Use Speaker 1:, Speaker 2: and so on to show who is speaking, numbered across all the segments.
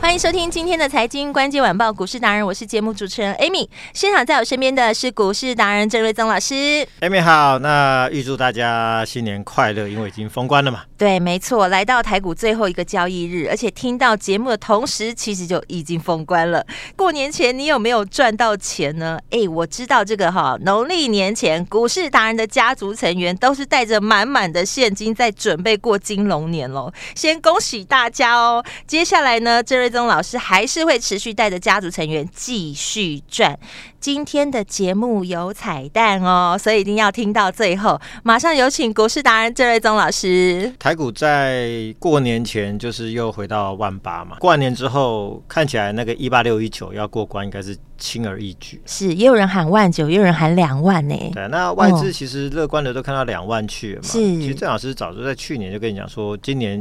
Speaker 1: 欢迎收听今天的财经关键晚报股市达人，我是节目主持人 Amy。现场在我身边的是股市达人郑瑞宗老师。
Speaker 2: Amy 好，那预祝大家新年快乐，因为已经封关了嘛。
Speaker 1: 对，没错，来到台股最后一个交易日，而且听到节目的同时，其实就已经封关了。过年前你有没有赚到钱呢？哎，我知道这个哈，农历年前股市达人的家族成员都是带着满满的现金在准备过金龙年喽。先恭喜大家哦！接下来呢，郑瑞宗老师还是会持续带着家族成员继续赚。今天的节目有彩蛋哦，所以一定要听到最后。马上有请股市达人郑瑞宗老师。
Speaker 2: 台股在过年前就是又回到万八嘛，过完年之后看起来那个一八六一九要过关，应该是轻而易举。
Speaker 1: 是，也有人喊万九，也有人喊两万呢、
Speaker 2: 对，那外资其实乐观的都看到两万去了嘛。
Speaker 1: 是
Speaker 2: 其实郑老师早就在去年就跟你讲说，今年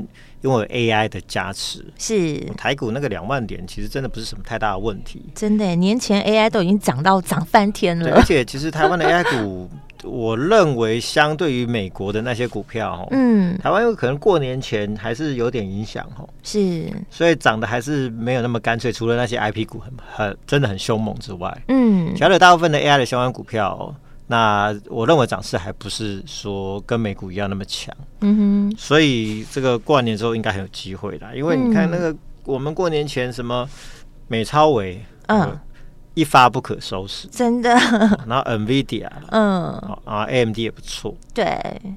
Speaker 2: 因为有 AI 的加持，
Speaker 1: 是，
Speaker 2: 台股那个两万点其实真的不是什么太大的问题。
Speaker 1: 真的耶，年前 AI 都已经涨到涨翻天
Speaker 2: 对，而
Speaker 1: 了。
Speaker 2: 且其实台湾的 AI 股，我认为相对于美国的那些股票哦，
Speaker 1: 嗯，
Speaker 2: 台湾有可能过年前还是有点影响哦，
Speaker 1: 是，
Speaker 2: 所以涨的还是没有那么干脆。除了那些 IP 股很很真的很凶猛之外，
Speaker 1: 嗯
Speaker 2: 其，他的大部分的 AI 的相关股票哦、那我认为涨势还不是说跟美股一样那么强，
Speaker 1: 嗯哼，
Speaker 2: 所以这个过完年之后应该很有机会啦。因为你看那个、我们过年前什么美超维，
Speaker 1: 嗯，，
Speaker 2: 一发不可收拾
Speaker 1: 真的，
Speaker 2: 然后 NVIDIA 啦
Speaker 1: 嗯，
Speaker 2: 哦啊 AMD 也不错，
Speaker 1: 对，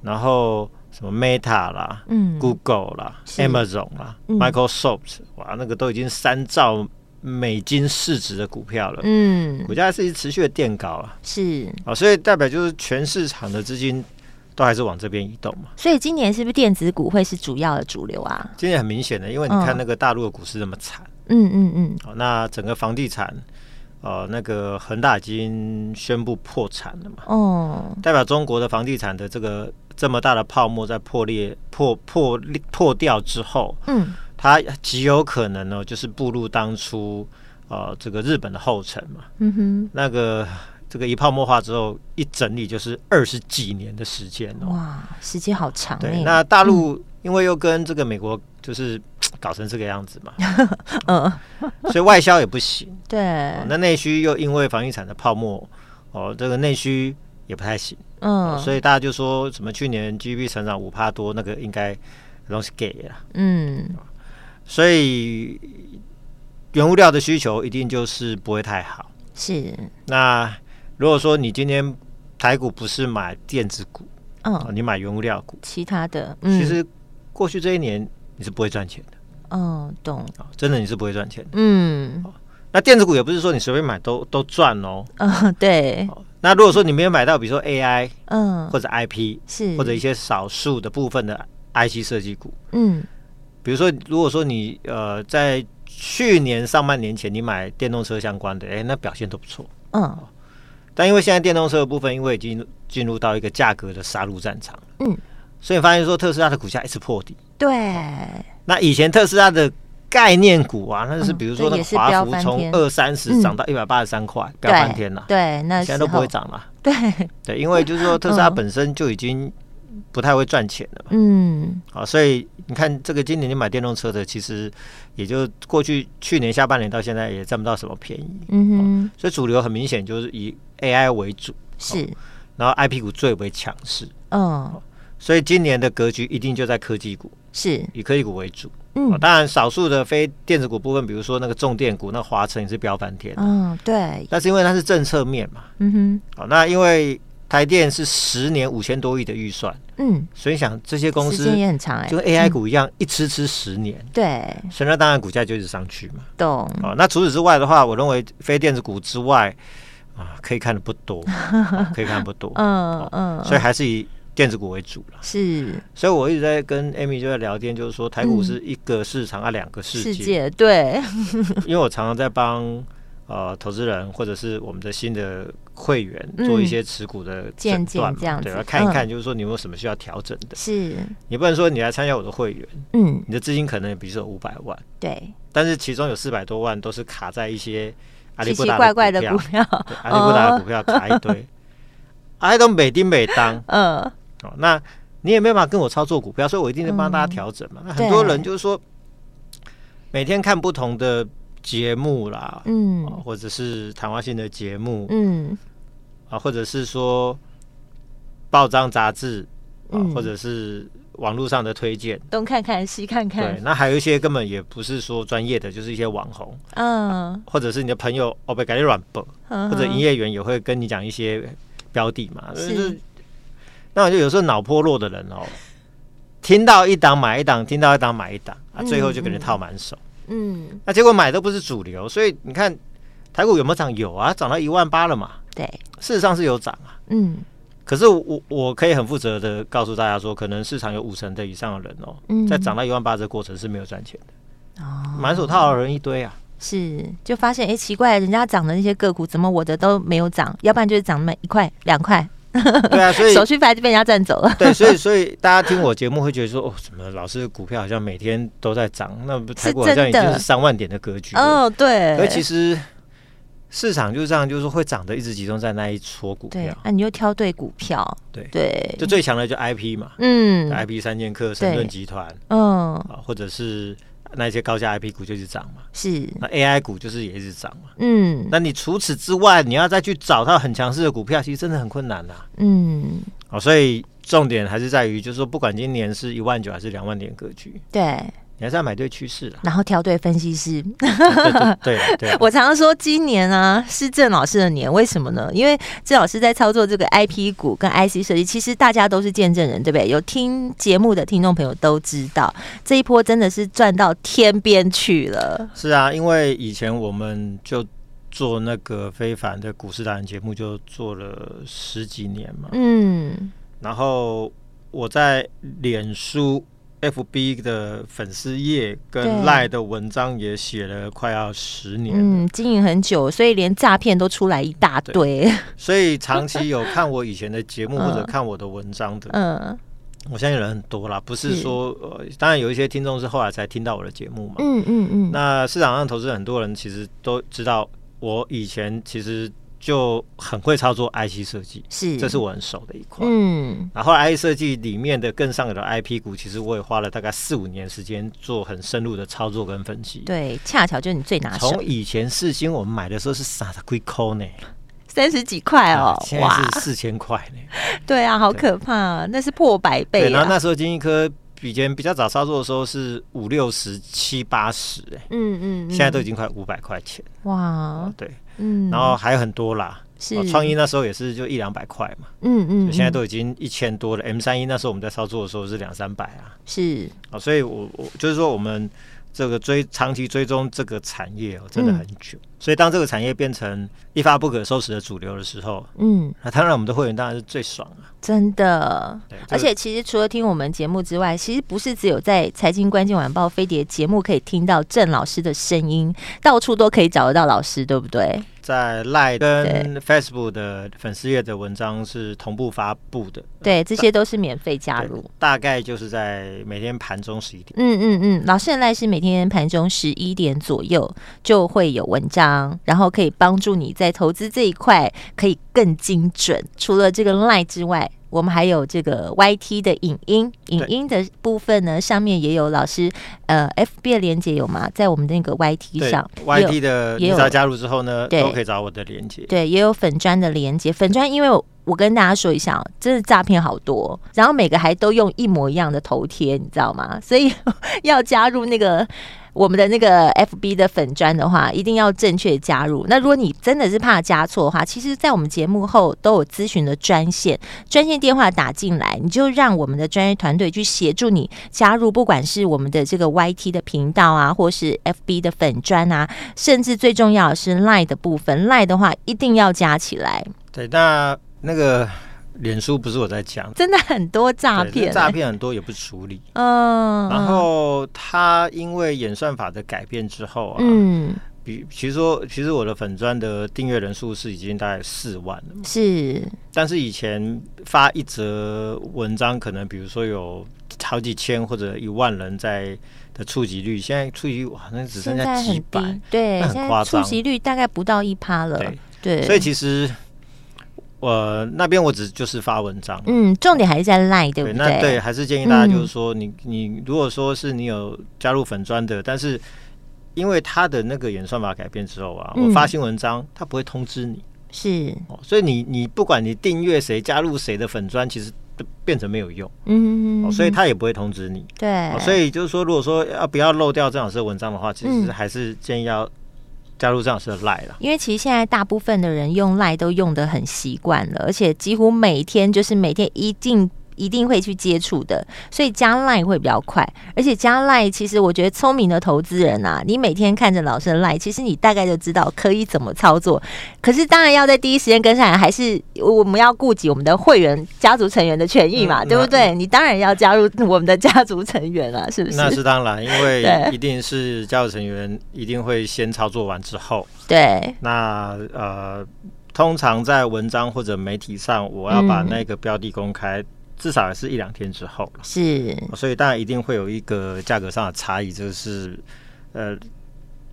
Speaker 2: 然后什么 Meta 啦，
Speaker 1: 嗯
Speaker 2: Google 啦、
Speaker 1: 是
Speaker 2: Amazon 啦、
Speaker 1: 嗯
Speaker 2: Microsoft，哇，那个都已经三兆美金市值的股票了，
Speaker 1: 嗯，
Speaker 2: 股价是一直持续的垫高啊，
Speaker 1: 是，
Speaker 2: 啊，所以代表就是全市场的资金都还是往这边移动嘛。
Speaker 1: 所以今年是不是电子股会是主要的主流啊？
Speaker 2: 今年很明显的，因为你
Speaker 1: 嗯
Speaker 2: 看那个大陆的股市那么惨，
Speaker 1: 嗯嗯嗯，
Speaker 2: 哦，那整个房地产，呃，那个恒大已经宣布破产了嘛，
Speaker 1: 哦，
Speaker 2: 代表中国的房地产的这个这么大的泡沫在破裂、破破裂破掉之后，
Speaker 1: 嗯，
Speaker 2: 它极有可能呢，就是步入当初呃这个日本的后尘嘛。
Speaker 1: 嗯哼，
Speaker 2: 那个这个一泡沫化之后，一整理就是二十几年的时间哦。嗯
Speaker 1: 哇，时间好长
Speaker 2: 对，
Speaker 1: 哎，
Speaker 2: 那大陆因为又跟这个美国就是嘖搞成这个样子嘛，
Speaker 1: 嗯，
Speaker 2: 所以外销也不行。
Speaker 1: 对
Speaker 2: 哦，那内需又因为房地产的泡沫，哦，这个内需也不太行，哦
Speaker 1: 嗯，
Speaker 2: 所以大家就说什么去年 GDP 成长五帕多，那个应该东西给啊了。
Speaker 1: 嗯，
Speaker 2: 所以原物料的需求一定就是不会太好。
Speaker 1: 是，
Speaker 2: 那如果说你今天台股不是买电子股，哦
Speaker 1: 嗯，
Speaker 2: 你买原物料股，
Speaker 1: 其他的，嗯，
Speaker 2: 其，实过去这一年你是不会赚钱的
Speaker 1: 嗯，懂，
Speaker 2: 啊、真的你是不会赚钱的。
Speaker 1: 嗯，
Speaker 2: 那电子股也不是说你随便买都都赚哦。
Speaker 1: 嗯，对，
Speaker 2: 哦那如果说你没有买到，比如说 AI
Speaker 1: 嗯，
Speaker 2: 或者 IP
Speaker 1: 是，
Speaker 2: 或者一些少数的部分的 IC 设计股，
Speaker 1: 嗯，
Speaker 2: 比如说如果说你呃在去年上半年前你买电动车相关的，哎，那表现都不错。
Speaker 1: 嗯，
Speaker 2: 但因为现在电动车的部分，因为已经进入到一个价格的杀戮战场，
Speaker 1: 嗯，
Speaker 2: 所以发现说特斯拉的股价一直破底。
Speaker 1: 对，
Speaker 2: 那以前特斯拉的概念股啊，那就是
Speaker 1: 嗯
Speaker 2: 比如
Speaker 1: 对
Speaker 2: 说那
Speaker 1: 也
Speaker 2: 个
Speaker 1: 是
Speaker 2: 华
Speaker 1: 飙
Speaker 2: 孚
Speaker 1: 翻
Speaker 2: 从
Speaker 1: 天
Speaker 2: 二三
Speaker 1: 嗯
Speaker 2: 十涨到一百八十三块，飙
Speaker 1: 对，
Speaker 2: 半天了，
Speaker 1: 对，那
Speaker 2: 现在都
Speaker 1: 时
Speaker 2: 不会
Speaker 1: 候。
Speaker 2: 涨了。
Speaker 1: 对，
Speaker 2: 对，因为就是说特斯拉
Speaker 1: 嗯
Speaker 2: 本身就已经不太会赚钱了嘛，
Speaker 1: 嗯，
Speaker 2: 啊，所以你看这个今年你买电动车的，其实也就过去去年下半年到现在也占不到什么便宜，
Speaker 1: 嗯哼，
Speaker 2: 所以主流很明显就是以 AI 为主，
Speaker 1: 是，
Speaker 2: 然后 IP 股最为强势。
Speaker 1: 嗯，
Speaker 2: 所以今年的格局一定就在科技股，
Speaker 1: 是，
Speaker 2: 以科技股为主。哦
Speaker 1: 嗯，
Speaker 2: 当然少数的非电子股部分，比如说那个重电股，那华晨也是飙翻天。
Speaker 1: 嗯，对，
Speaker 2: 但是因为它是政策面嘛，哦
Speaker 1: 嗯哼，
Speaker 2: 好、那因为台电是十年五千多亿的预算，
Speaker 1: 嗯，
Speaker 2: 所以想这些公
Speaker 1: 时
Speaker 2: 司
Speaker 1: 间也很嗯长哎、
Speaker 2: 就跟 AI 股一样，一吃吃十年，
Speaker 1: 对，
Speaker 2: 所以那当然股价就一直上去嘛。
Speaker 1: 懂，
Speaker 2: 哦，那除此之外的话，我认为非电子股之外啊，可以看的不 多，啊可以看得不多，
Speaker 1: 嗯嗯，
Speaker 2: 所以还是以电子股为主了。
Speaker 1: 是
Speaker 2: 所以我一直在跟 Amy 就在聊天，就是说台股是一个市场啊，两个世
Speaker 1: 嗯世
Speaker 2: 界。
Speaker 1: 界对，
Speaker 2: 因为我常常在帮呃投资人或者是我们的新的会员
Speaker 1: 嗯
Speaker 2: 做一些持股的
Speaker 1: 渐
Speaker 2: 诊
Speaker 1: 进
Speaker 2: 断
Speaker 1: 这样
Speaker 2: 嘛，对
Speaker 1: 子嗯
Speaker 2: 吧？看一看，就是说你有没有什么需要调整的。
Speaker 1: 是，
Speaker 2: 你不能说你来参加我的会员，
Speaker 1: 嗯，
Speaker 2: 你的资金可能比如说五百万，
Speaker 1: 对，
Speaker 2: 但是其中有四百多万都是卡在一些阿里
Speaker 1: 奇
Speaker 2: 不
Speaker 1: 奇
Speaker 2: 达
Speaker 1: 怪怪的股哦
Speaker 2: 股票，
Speaker 1: 票，
Speaker 2: 对阿里不达的股票卡一堆，哎都每丁每当
Speaker 1: 嗯，
Speaker 2: 哦，那你也没办法跟我操作股票，所以我一定得帮大
Speaker 1: 嗯
Speaker 2: 家调整嘛。那很多人就是说，每天看不同的节目啦，
Speaker 1: 嗯
Speaker 2: 哦或者是谈话性的节目、
Speaker 1: 嗯
Speaker 2: 啊，或者是说报章杂志啊，
Speaker 1: 嗯
Speaker 2: 或者是网络上的推荐。
Speaker 1: 东看看西看
Speaker 2: 对
Speaker 1: 看，，
Speaker 2: 那还有一些根本也不是说专业的，就是一些网红，
Speaker 1: 嗯，
Speaker 2: 或者是你的朋友哦，被改软本，
Speaker 1: 或
Speaker 2: 或者营业呃员也会跟你讲一些标的嘛。就是
Speaker 1: 是，
Speaker 2: 那我就有时候脑破落的人哦，听到一档买一档，听到一档买一档，啊，最后就给人套满手。
Speaker 1: 嗯，
Speaker 2: 那结果买都不是主流，所以你看台股有没有涨？有啊，涨到一万八了嘛。
Speaker 1: 对，
Speaker 2: 事实上是有涨啊，
Speaker 1: 嗯
Speaker 2: 可是我我可以很负责的告诉大家说，可能市场有五成的以上的人哦，
Speaker 1: 嗯
Speaker 2: 在涨到一万八这过程是没有赚钱的，
Speaker 1: 哦，
Speaker 2: 满手套的人一堆啊。
Speaker 1: 是，就发现哎、诶奇怪，人家涨的那些个股，怎么我的都没有涨？要不然就是涨那么一块两块，
Speaker 2: 对啊，所以
Speaker 1: 手续费还是被人家占走了。
Speaker 2: 对，所以所以大家听我节目会觉得说，哦，怎么老师股票好像每天都在涨？那不台股好像已经是三万点的格局了。
Speaker 1: 哦，对，
Speaker 2: 而其实市场就是这样，就是会涨的，一直集中在那一撮股
Speaker 1: 对啊
Speaker 2: 票，。
Speaker 1: 那、你又挑对股票，
Speaker 2: 对
Speaker 1: 对，
Speaker 2: 就最强的就 IP 嘛、
Speaker 1: 嗯
Speaker 2: i p 三剑客、神盾集团
Speaker 1: 嗯
Speaker 2: 啊，或者是那些高价 IP 股就一直涨嘛。
Speaker 1: 是
Speaker 2: 那 AI 股就是也一直涨嘛。
Speaker 1: 嗯
Speaker 2: 那你除此之外，你要再去找到很强势的股票，其实真的很困难呐、
Speaker 1: 嗯
Speaker 2: 哦，所以重点还是在于，就是说，不管今年是一万九还是两万点格局，
Speaker 1: 对，
Speaker 2: 你还是要买对趋 势啦。
Speaker 1: 然后挑对分析师。
Speaker 2: 对对对啦 对啦，啊
Speaker 1: 我常常说今年啊是郑老师的年，为什么呢？因为郑老师在操作这个 IP 股跟 IC 设计，其实大家都是见证人，对不对？有听节目的听众朋友都知道，这一波真的是赚到天边去了。
Speaker 2: 是啊，因为以前我们就做那个非凡的股市达人节目，就做了十几年嘛。
Speaker 1: 嗯，
Speaker 2: 然后我在脸书、FB 的粉丝页
Speaker 1: 对
Speaker 2: 跟赖的文章也写了快要十年了，
Speaker 1: 嗯，经营很久，所以连诈骗都出来一大堆。
Speaker 2: 所以长期有看我以前的 节目
Speaker 1: 嗯
Speaker 2: 或者看我的文章的，
Speaker 1: 嗯
Speaker 2: 我相信人很多啦。不是
Speaker 1: 是
Speaker 2: 说呃，当然有一些听众是后来才听到我的节目嘛。
Speaker 1: 嗯嗯嗯，
Speaker 2: 那市场上投资人很多人其实都知道，我以前其实就很会操作 IC 设计，
Speaker 1: 是
Speaker 2: 这是我很熟的一块。
Speaker 1: 嗯
Speaker 2: 然后 IC 设计里面的更上游的 IP 股，其实我也花了大概四五年时间做很深入的操作跟分析。
Speaker 1: 对，恰巧就是你最拿手
Speaker 2: 从，以前四星我们买的时候是傻的龟抠呢，
Speaker 1: 三十几块哦
Speaker 2: 啊，现在
Speaker 1: 哇，
Speaker 2: 是四千块 呢。
Speaker 1: 对啊，好
Speaker 2: 对
Speaker 1: 可怕、那是破百
Speaker 2: 对，
Speaker 1: 倍
Speaker 2: 然
Speaker 1: 啊。
Speaker 2: 后那时候金一科以前比较早操作的时候是五六十七八十，哎，
Speaker 1: 嗯嗯，嗯
Speaker 2: 现在都已经快五百块钱。
Speaker 1: 哇，
Speaker 2: 对，
Speaker 1: 嗯，
Speaker 2: 然后还有很多啦，
Speaker 1: 是
Speaker 2: 哦创意那时候也是就一两百块嘛，
Speaker 1: 嗯嗯，
Speaker 2: 现在
Speaker 1: 嗯
Speaker 2: 都已经一千多了。M 三一那时候我们在操作的时候是两三百啊，
Speaker 1: 是
Speaker 2: 啊，所以我我就是说我们这个追长期追踪这个产业哦，真的很久。
Speaker 1: 嗯
Speaker 2: 所以当这个产业变成一发不可收拾的主流的时候，
Speaker 1: 嗯，
Speaker 2: 那当然我们的会员当然是最爽啊。
Speaker 1: 真的。
Speaker 2: 对这个
Speaker 1: 而且其实除了听我们节目之外，其实不是只有在《财经关键晚报》飞碟节目可以听到郑老师的声音，到处都可以找得到老师，对不对？
Speaker 2: 在 Line 跟 Facebook 的粉丝页的文章是同步发布的，
Speaker 1: 对，这些都是免费加
Speaker 2: 对
Speaker 1: 入。
Speaker 2: 大概就是在每天盘中十一点。
Speaker 1: 嗯嗯嗯，老师的赖是每天盘中十一点左右就会有文章，然后可以帮助你在投资这一块可以更精准。除了这个赖之外，我们还有这个 YT 的影音，影
Speaker 2: 对
Speaker 1: 音的部分呢，上面也有老师呃 FB 的连接有吗？在我们那个 YT
Speaker 2: 对
Speaker 1: 上也有
Speaker 2: ，YT 的
Speaker 1: 也
Speaker 2: 你
Speaker 1: 有
Speaker 2: 只要加入之后呢，
Speaker 1: 对
Speaker 2: 都可以找我的连接。
Speaker 1: 对，也有粉砖的连接。粉砖，因为我我跟大家说一下哦，真的诈骗好多，哦 然后每个还都用一模一样的头贴，你知道吗？所以要加入那个我们的那个 FB 的粉砖的话，一定要正确加入。那如果你真的是怕加错的话，其实，在我们节目后都有咨询的专线，专线电话打进来，你就让我们的专业团队去协助你加入，不管是我们的这个 YT 的频道啊，或是 FB 的粉砖啊，甚至最重要的是 Line 的部分，Line 的话一定要加起来，
Speaker 2: 对，那那个脸书不是我在讲，
Speaker 1: 真的很多诈
Speaker 2: 对
Speaker 1: 骗、
Speaker 2: 诈，骗很多也不处理。
Speaker 1: 嗯，
Speaker 2: 然后它因为演算法的改变之后啊，
Speaker 1: 嗯
Speaker 2: 比其实说，其实我的粉砖的订阅人数是已经大概四万了，
Speaker 1: 是
Speaker 2: 但是以前发一则文章，可能比如说有好几千或者一万人在的触及率，现在触及率哇，那只
Speaker 1: 现
Speaker 2: 剩
Speaker 1: 在
Speaker 2: 下
Speaker 1: 很
Speaker 2: 几百
Speaker 1: 低，，对，
Speaker 2: 那很
Speaker 1: 现在
Speaker 2: 夸
Speaker 1: 触
Speaker 2: 张
Speaker 1: 及率大概不到一趴了，
Speaker 2: 对，
Speaker 1: 对，
Speaker 2: 所以其实我、那边我只就是发文章，
Speaker 1: 嗯，重点还是在赖，对不嗯
Speaker 2: 对，那对，还是建议大家就是说，你你如果说是你有加入粉砖的，但是因为它的那个演算法改变之后啊，
Speaker 1: 嗯
Speaker 2: 我发新文章，它不会通知你，
Speaker 1: 是，
Speaker 2: 哦，所以你你不管你订阅谁、加入谁的粉砖，其实都变成没有用，
Speaker 1: 嗯，
Speaker 2: 哦，所以它也不会通知你。
Speaker 1: 对
Speaker 2: 哦，，所以就是说，如果说要不要漏掉郑老师的文章的话，其
Speaker 1: 嗯
Speaker 2: 实还是建议要加入郑老师的 line 啦。
Speaker 1: 因为其实现在大部分的人用赖都用的很习惯了，而且几乎每天就是每天一定。一定会去接触的，所以加赖会比较快，而且加赖其实我觉得聪明的投资人啊，你每天看着老师的赖，其实你大概就知道可以怎么操作。可是当然要在第一时间跟上来，还是我们要顾及我们的会员家族成员的权益嘛，
Speaker 2: 嗯
Speaker 1: 对不
Speaker 2: 那
Speaker 1: 对？你当然要加入我们的家族成员啊，是不是？
Speaker 2: 那是当然，因
Speaker 1: 对
Speaker 2: 为一定是加入成员一定会先操作完之后，
Speaker 1: 对，
Speaker 2: 那呃，通常在文章或者媒体上，我要把
Speaker 1: 嗯
Speaker 2: 那个标的公开，至少也是一两天之后了。
Speaker 1: 是，
Speaker 2: 所以当然一定会有一个价格上的差异，就是呃，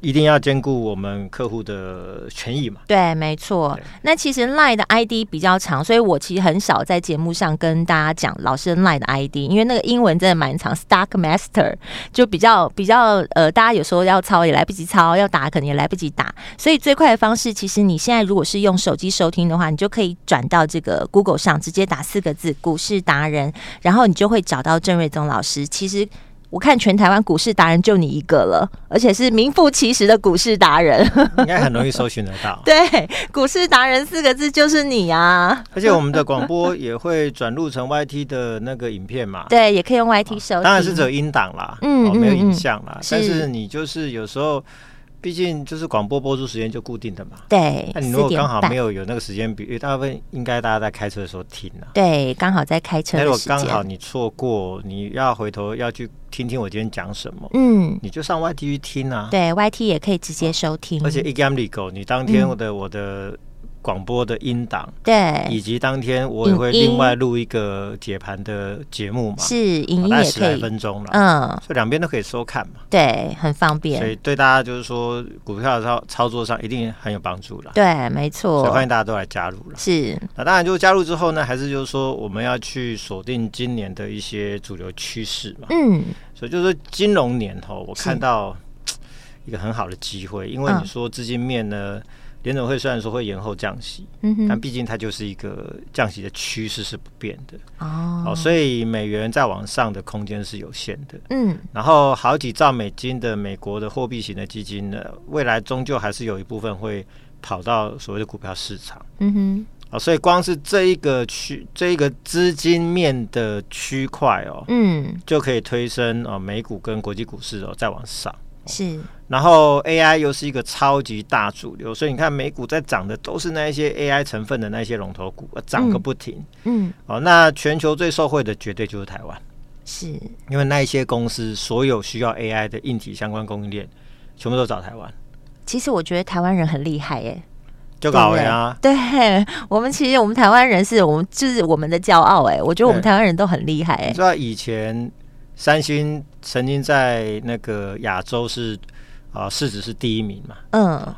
Speaker 2: 一定要兼顾我们客户的权益 嘛。
Speaker 1: 对，没错
Speaker 2: 对。
Speaker 1: 那其实 Line 的 ID 比较长，所以我其实很少在节目上跟大家讲老师 Line 的 ID，因为那个英文真的蛮长，Stock Master 就比较比较呃，大家有时候要抄也来不及抄，要打可能也来不及打。所以最快的方式，其实你现在如果是用手机收听的话，你就可以转到这个 Google 上，直接打四个字“股市达人”，然后你就会找到郑瑞宗老师。其实。我看全台湾股市达人就你一个了，而且是名副其实的股市达人。。
Speaker 2: 应该很容易搜寻得到
Speaker 1: 对，股市达人四个字就是你啊。
Speaker 2: 而且我们的广播也会转录成 YT 的那个影片嘛，
Speaker 1: 对，也可以用 YT 手机。
Speaker 2: 当然是只有音档啦，
Speaker 1: 嗯
Speaker 2: 哦，没有
Speaker 1: 嗯嗯
Speaker 2: 影像啦。但
Speaker 1: 是
Speaker 2: 是你就是有时候，毕竟就是广播播出时间就固定的嘛，
Speaker 1: 对，
Speaker 2: 那你如
Speaker 1: 四
Speaker 2: 果
Speaker 1: 点
Speaker 2: 刚好
Speaker 1: 半
Speaker 2: 没。有有那个时间，比因为大部分应该大家在开车的时候听啊。
Speaker 1: 对，刚好在开车
Speaker 2: 那哎如
Speaker 1: 的
Speaker 2: 果
Speaker 1: 时
Speaker 2: 刚好
Speaker 1: 间。
Speaker 2: 你错过，你要回头要去听听我今天讲什么，
Speaker 1: 嗯，
Speaker 2: 你就上 YT 去听啊。
Speaker 1: 对，YT 也可以直接收听。
Speaker 2: 而且 e g a m l i g o 你当天我的我的广播的音档，以
Speaker 1: 嗯对，
Speaker 2: 及当天我也会
Speaker 1: 影音
Speaker 2: 另外录一个解盘的节目嘛，
Speaker 1: 是
Speaker 2: 哦
Speaker 1: 影音
Speaker 2: 大概
Speaker 1: 也
Speaker 2: 十
Speaker 1: 可
Speaker 2: 来
Speaker 1: 以。
Speaker 2: 分钟了，
Speaker 1: 嗯，
Speaker 2: 所以两边都可以收看嘛。
Speaker 1: 对，很方
Speaker 2: 所以
Speaker 1: 便。
Speaker 2: 对大家就是说股票的操操作上一定很有帮助了，
Speaker 1: 对，哦没
Speaker 2: 所以欢
Speaker 1: 错
Speaker 2: 迎，大家都来加入了。
Speaker 1: 是
Speaker 2: 那当然，就是加入之后呢，还是就是说我们要去锁定今年的一些主流趋势嘛。
Speaker 1: 嗯，
Speaker 2: 所以就是说金融年头，我
Speaker 1: 是
Speaker 2: 看到一个很好的机会，因为
Speaker 1: 嗯
Speaker 2: 你说资金面呢，联总会虽然说会延后降息，
Speaker 1: 嗯
Speaker 2: 但
Speaker 1: 哼，
Speaker 2: 毕竟它就是一个降息的趋势是不变的
Speaker 1: 哦
Speaker 2: 哦，，所以美元再往上的空间是有限的。
Speaker 1: 嗯，
Speaker 2: 然后好几兆美金的美国的货币型的基金呢，未来终究还是有一部分会跑到所谓的股票市场。
Speaker 1: 嗯哼，
Speaker 2: 啊，所以光是这一个区，这一个资金面的区块哦，
Speaker 1: 嗯，
Speaker 2: 就可以推升哦美股跟国际股市哦再往上。
Speaker 1: 是，
Speaker 2: 然后 AI 又是一个超级大主流，所以你看美股在涨的都是那一些 AI 成分的那些龙头股，呃涨个不停。
Speaker 1: 嗯，
Speaker 2: 哦，那全球最受惠的绝对就是台湾，
Speaker 1: 是，
Speaker 2: 因为那一些公司所有需要 AI 的硬体相关供应链，全部都找台湾，
Speaker 1: 其实我觉得台湾人很厉害耶，
Speaker 2: 就搞了啊。
Speaker 1: 对我们，其实我们台湾人是我们就是我们的骄傲哎、我觉得我们
Speaker 2: 对
Speaker 1: 台湾人都很厉害哎、
Speaker 2: 你知道以前三星曾经在那个亚洲是啊、市值是第一名嘛？
Speaker 1: 嗯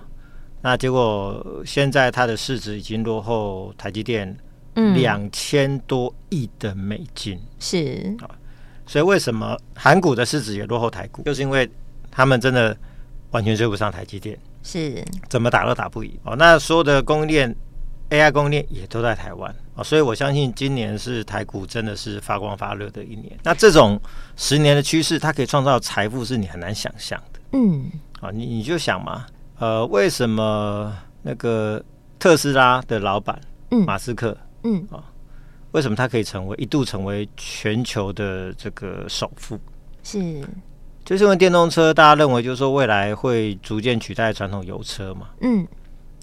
Speaker 2: 那结果呃现在它的市值已经落后台积电
Speaker 1: 嗯，
Speaker 2: 两千多亿的美金，
Speaker 1: 是
Speaker 2: 所以为什么韩股的市值也落后台股？就是因为他们真的完全追不上台积电，
Speaker 1: 是
Speaker 2: 怎么打都打不赢哦。那所有的供应链 AI 供应链也都在台湾哦，所以我相信今年是台股真的是发光发热的一年。那这种十年的趋势，它可以创造财富，是你很难想象的。
Speaker 1: 嗯，
Speaker 2: 啊，你你就想嘛，呃，为什么那个特斯拉的老板，
Speaker 1: 嗯
Speaker 2: 马斯克，
Speaker 1: 嗯
Speaker 2: 为什么他可以成为一度成为全球的这个首富？
Speaker 1: 是，
Speaker 2: 就是因为电动车，大家认为就是说未来会逐渐取代传统油车嘛，
Speaker 1: 嗯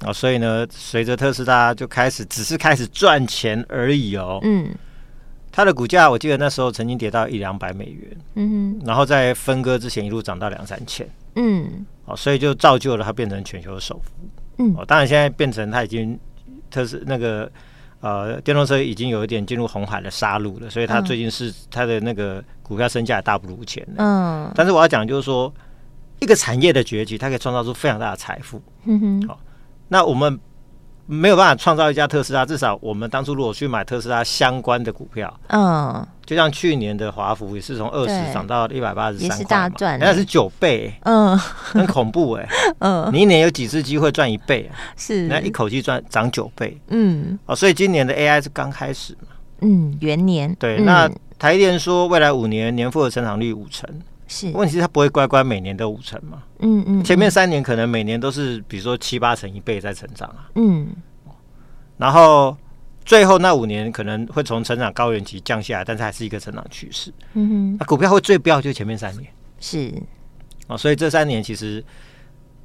Speaker 2: 啊，所以呢，随着特斯拉就开始只是开始赚钱而已哦，
Speaker 1: 嗯
Speaker 2: 它的股价我记得那时候曾经跌到一两百美元，
Speaker 1: 嗯
Speaker 2: 然后在分割之前一路涨到两三千，
Speaker 1: 哼嗯
Speaker 2: 哦，所以就造就了它变成全球首富。
Speaker 1: 嗯
Speaker 2: 哦，当然现在变成它已经特斯那个呃电动车已经有一点进入红海的杀戮了，所以它
Speaker 1: 嗯
Speaker 2: 最近是它的那个股票身价也大不如前了。
Speaker 1: 嗯
Speaker 2: 但是我要讲就是说，一个产业的崛起，它可以创造出非常大的财富。
Speaker 1: 嗯哼
Speaker 2: 好那我们没有办法创造一家特斯拉，至少我们当初如果去买特斯拉相关的股票，
Speaker 1: 嗯
Speaker 2: 就像去年的华孚也是从二
Speaker 1: 对
Speaker 2: 十涨到一百八十
Speaker 1: 也
Speaker 2: 三
Speaker 1: 是
Speaker 2: 块
Speaker 1: 大
Speaker 2: 嘛哎
Speaker 1: 赚
Speaker 2: 那
Speaker 1: 欸
Speaker 2: 是九倍欸、
Speaker 1: 嗯
Speaker 2: 很恐怖哎、
Speaker 1: 嗯，
Speaker 2: 你一年有几次机会赚一倍、啊？
Speaker 1: 是，
Speaker 2: 那一口气赚涨九倍
Speaker 1: 嗯
Speaker 2: 哦，所以今年的 AI 是刚开始嘛。
Speaker 1: 嗯元年，
Speaker 2: 对，
Speaker 1: 嗯
Speaker 2: 那台电说未来五年年复合成长率五成，
Speaker 1: 是
Speaker 2: 问题是它不会乖乖每年都五成嘛？
Speaker 1: 嗯嗯
Speaker 2: 前面三年可能每年都是比如说七八成一倍在成长啊，
Speaker 1: 嗯
Speaker 2: 然后最后那五年可能会从成长高原期降下来，但是还是一个成长趋势。
Speaker 1: 嗯哼
Speaker 2: 那股票会最标就前面三年
Speaker 1: 是
Speaker 2: 哦，所以这三年其实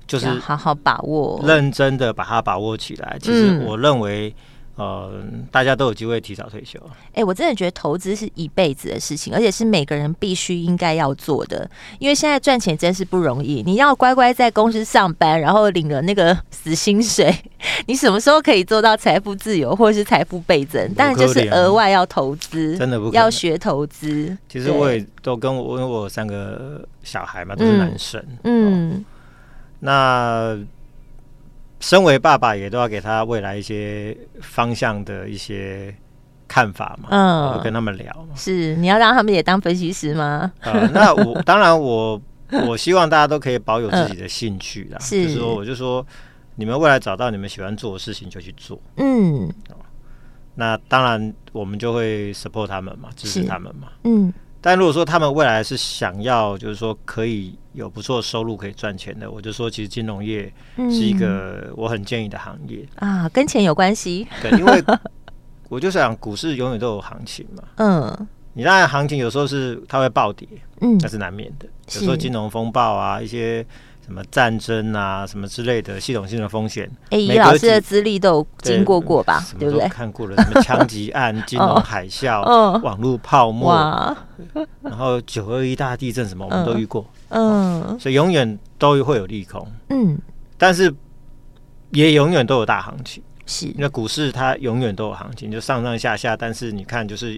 Speaker 2: 就
Speaker 1: 要
Speaker 2: 是
Speaker 1: 好好把握，
Speaker 2: 认真的把它把握起来。其实
Speaker 1: 嗯
Speaker 2: 我认为，呃，大家都有机会提早退休。
Speaker 1: 哎、我真的觉得投资是一辈子的事情，而且是每个人必须应该要做的。因为现在赚钱真是不容易，你要乖乖在公司上班，然后领了那个 死薪水，你什么时候可以做到财富自由或者是财富倍增？当然就是额外要投资，
Speaker 2: 真的不可能
Speaker 1: 要学投资。
Speaker 2: 其实我也都跟我，因为我有三个小孩嘛，都是男生。
Speaker 1: 嗯
Speaker 2: 那身为爸爸，也都要给他未来一些方向的一些看法嘛，
Speaker 1: 嗯
Speaker 2: 我跟他们聊嘛。
Speaker 1: 是你要让他们也当分析师吗？
Speaker 2: 呃，那我当然我我希望大家都可以保有自己的兴趣啦，
Speaker 1: 嗯是
Speaker 2: 就是说我就说你们未来找到你们喜欢做的事情就去做。
Speaker 1: 嗯
Speaker 2: 那当然我们就会 support 他们嘛，支持
Speaker 1: 是
Speaker 2: 他们嘛。
Speaker 1: 嗯
Speaker 2: 但如果说他们未来是想要，就是说可以有不错的收入可以赚钱的，我就说其实金融业
Speaker 1: 嗯，
Speaker 2: 是一个我很建议的行业，
Speaker 1: 啊，跟钱有关系。
Speaker 2: 对， 因为我就想股市永远都有行情嘛。
Speaker 1: 嗯
Speaker 2: 你当然行情有时候是它会暴跌，
Speaker 1: 嗯
Speaker 2: 那是难免的。
Speaker 1: 是
Speaker 2: 有时候金融风暴啊，一些什么战争啊、什么之类的系统性的风险，
Speaker 1: ，A
Speaker 2: 每
Speaker 1: 姨
Speaker 2: 隔
Speaker 1: 老师的
Speaker 2: 几
Speaker 1: 资历都有经过过吧
Speaker 2: 什，么
Speaker 1: 对不
Speaker 2: 都
Speaker 1: 对？
Speaker 2: 看过了，什么枪击 案、金融海啸、
Speaker 1: 嗯
Speaker 2: 网络泡沫，
Speaker 1: 哇，
Speaker 2: 然后九二一大地震什么，我们都遇过，
Speaker 1: 嗯
Speaker 2: 所以永远都会有利空，
Speaker 1: 嗯，
Speaker 2: 但是也永远都有大行情。
Speaker 1: 是，
Speaker 2: 那股市它永远都有行情，就上上下下，但是你看就是。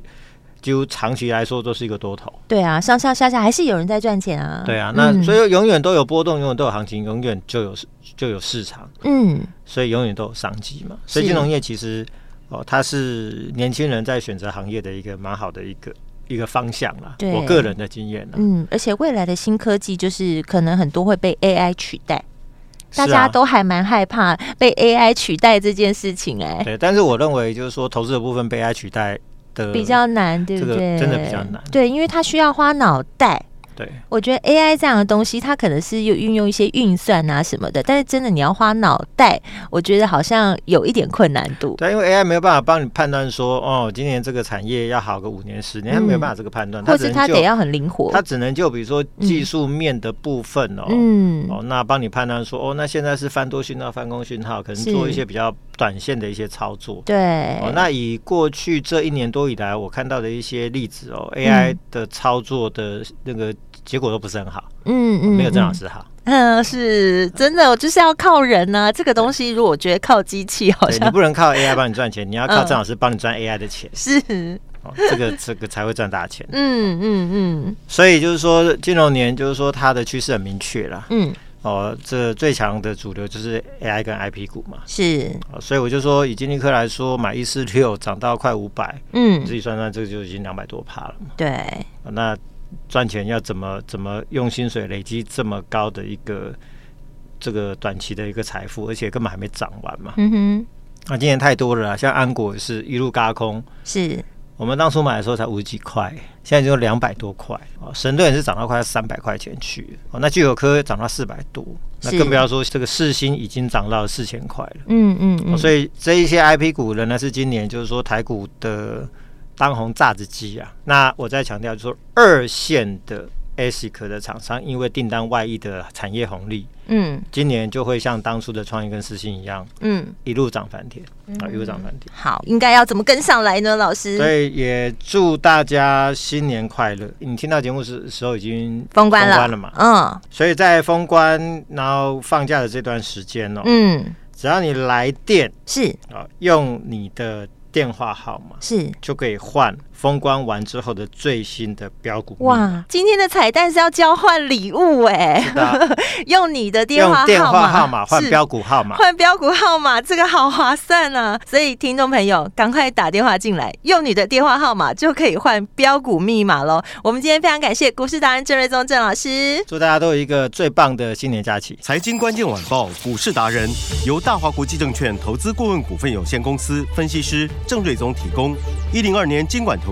Speaker 2: 几乎长期来说都是一个多头，
Speaker 1: 对啊，上上下下还是有人在赚钱啊。
Speaker 2: 对啊，那
Speaker 1: 嗯
Speaker 2: 所以永远都有波动，永远都有行情，永远就有市就有市场，
Speaker 1: 嗯
Speaker 2: 所以永远都有商机嘛。所以
Speaker 1: 是
Speaker 2: 金融业其实哦，它是年轻人在选择行业的一个蛮好的一个一个方向啦。
Speaker 1: 对
Speaker 2: 我个人的经验啦，
Speaker 1: 嗯，而且未来的新科技就是可能很多会被 AI 取代，
Speaker 2: 是
Speaker 1: 大
Speaker 2: 啊
Speaker 1: 家都还蛮害怕被 AI 取代这件事情哎、
Speaker 2: 啊对，但是我认为就是说，投资的部分被 AI 取代的
Speaker 1: 比较难，对不
Speaker 2: 这个
Speaker 1: 对？
Speaker 2: 真的比较难
Speaker 1: 对，因为它需要花脑袋。
Speaker 2: 对，
Speaker 1: 我觉得 AI 这样的东西，它可能是有运用一些运算啊什么的，但是真的你要花脑袋，我觉得好像有一点困难度。
Speaker 2: 对，因为 AI 没有办法帮你判断说，哦，今年这个产业要好个五年、十年，它没有办法这个判断，
Speaker 1: 或
Speaker 2: 它只
Speaker 1: 是
Speaker 2: 能
Speaker 1: 它
Speaker 2: 就
Speaker 1: 得要很灵活。
Speaker 2: 它只能就比如说技术面的部分哦。
Speaker 1: 嗯，
Speaker 2: 哦，那帮你判断说，哦，那现在是翻多讯号、翻空讯号，可能
Speaker 1: 是
Speaker 2: 做一些比较短线的一些操作。
Speaker 1: 对，
Speaker 2: 哦，那以过去这一年多以来，我看到的一些例子哦，AI
Speaker 1: 嗯
Speaker 2: 的操作的那个结果都不是很好，
Speaker 1: 嗯嗯，
Speaker 2: 没有郑
Speaker 1: 嗯
Speaker 2: 老师好。
Speaker 1: 嗯，是真的，我就是要靠人呢、这个东西如果我觉得靠机器，好
Speaker 2: 对你
Speaker 1: 像
Speaker 2: 不能靠 AI 帮你赚 钱，你要靠
Speaker 1: 嗯
Speaker 2: 郑老师帮你赚 AI 的钱，
Speaker 1: 是，
Speaker 2: 哦，这 个这个才会赚大钱。
Speaker 1: 嗯嗯嗯
Speaker 2: 所以就是说，金融年就是说它的趋势很明确啦。
Speaker 1: 嗯，
Speaker 2: 哦，这最强的主流就是 AI 跟 IP 股嘛。
Speaker 1: 是，
Speaker 2: 哦所以我就说，以金利科来说，买一四六涨到快五百，
Speaker 1: 嗯
Speaker 2: 自，己算算，这个就已经两百多趴了嘛。
Speaker 1: 对，
Speaker 2: 哦那赚钱要怎么怎么用薪水累积这么高的一个这个短期的一个财富，而且根本还没涨完嘛。
Speaker 1: 嗯哼，
Speaker 2: 那今年太多了啦，像安果也是一路嘎空，
Speaker 1: 是，
Speaker 2: 我们当初买的时候才五十几块，现在就两百多块哦。神盾也是涨到快三百块钱去哦，那聚友科涨到四百多，那
Speaker 1: 是
Speaker 2: 更不要说这个世新已经涨到四千块了。
Speaker 1: 嗯嗯
Speaker 2: 哦
Speaker 1: 嗯，
Speaker 2: 所以这一些 IP 股仍然是今年就是说台股的当红炸子鸡啊。那我再强调，就是说二线的 ASIC 的厂商，因为订单外溢的产业红利，
Speaker 1: 嗯
Speaker 2: 今年就会像当初的创意跟世新一样，
Speaker 1: 嗯，
Speaker 2: 一路涨翻天啊，一路涨翻天。
Speaker 1: 好，应该要怎么跟上来呢，老
Speaker 2: 所
Speaker 1: 师？
Speaker 2: 以也祝大家新年快乐！你听到节目时时候已经
Speaker 1: 封关了，
Speaker 2: 封关了嘛？
Speaker 1: 嗯
Speaker 2: 所以在封关然后放假的这段时间哦，
Speaker 1: 嗯，
Speaker 2: 只要你来电
Speaker 1: 是
Speaker 2: 啊、用你的电话号码
Speaker 1: 是。
Speaker 2: 就可以换封关完之后的最新的标股。！嗯
Speaker 1: 哇，今天的彩蛋是要交换礼物哎、 用你的电话
Speaker 2: 用电话号码换
Speaker 1: 是
Speaker 2: 标股号码，
Speaker 1: 换标股号码，这个好划算啊！所以听众朋友，赶快打电话进来，用你的电话号码就可以换标股密码喽。我们今天非常感谢股市达人郑瑞宗郑老师。
Speaker 2: 祝大家都有一个最棒的新年假期。
Speaker 3: 财经关键晚报股市达人由大华国际证券投资顾问股份有限公司分析师郑瑞宗提供。一零二年经管投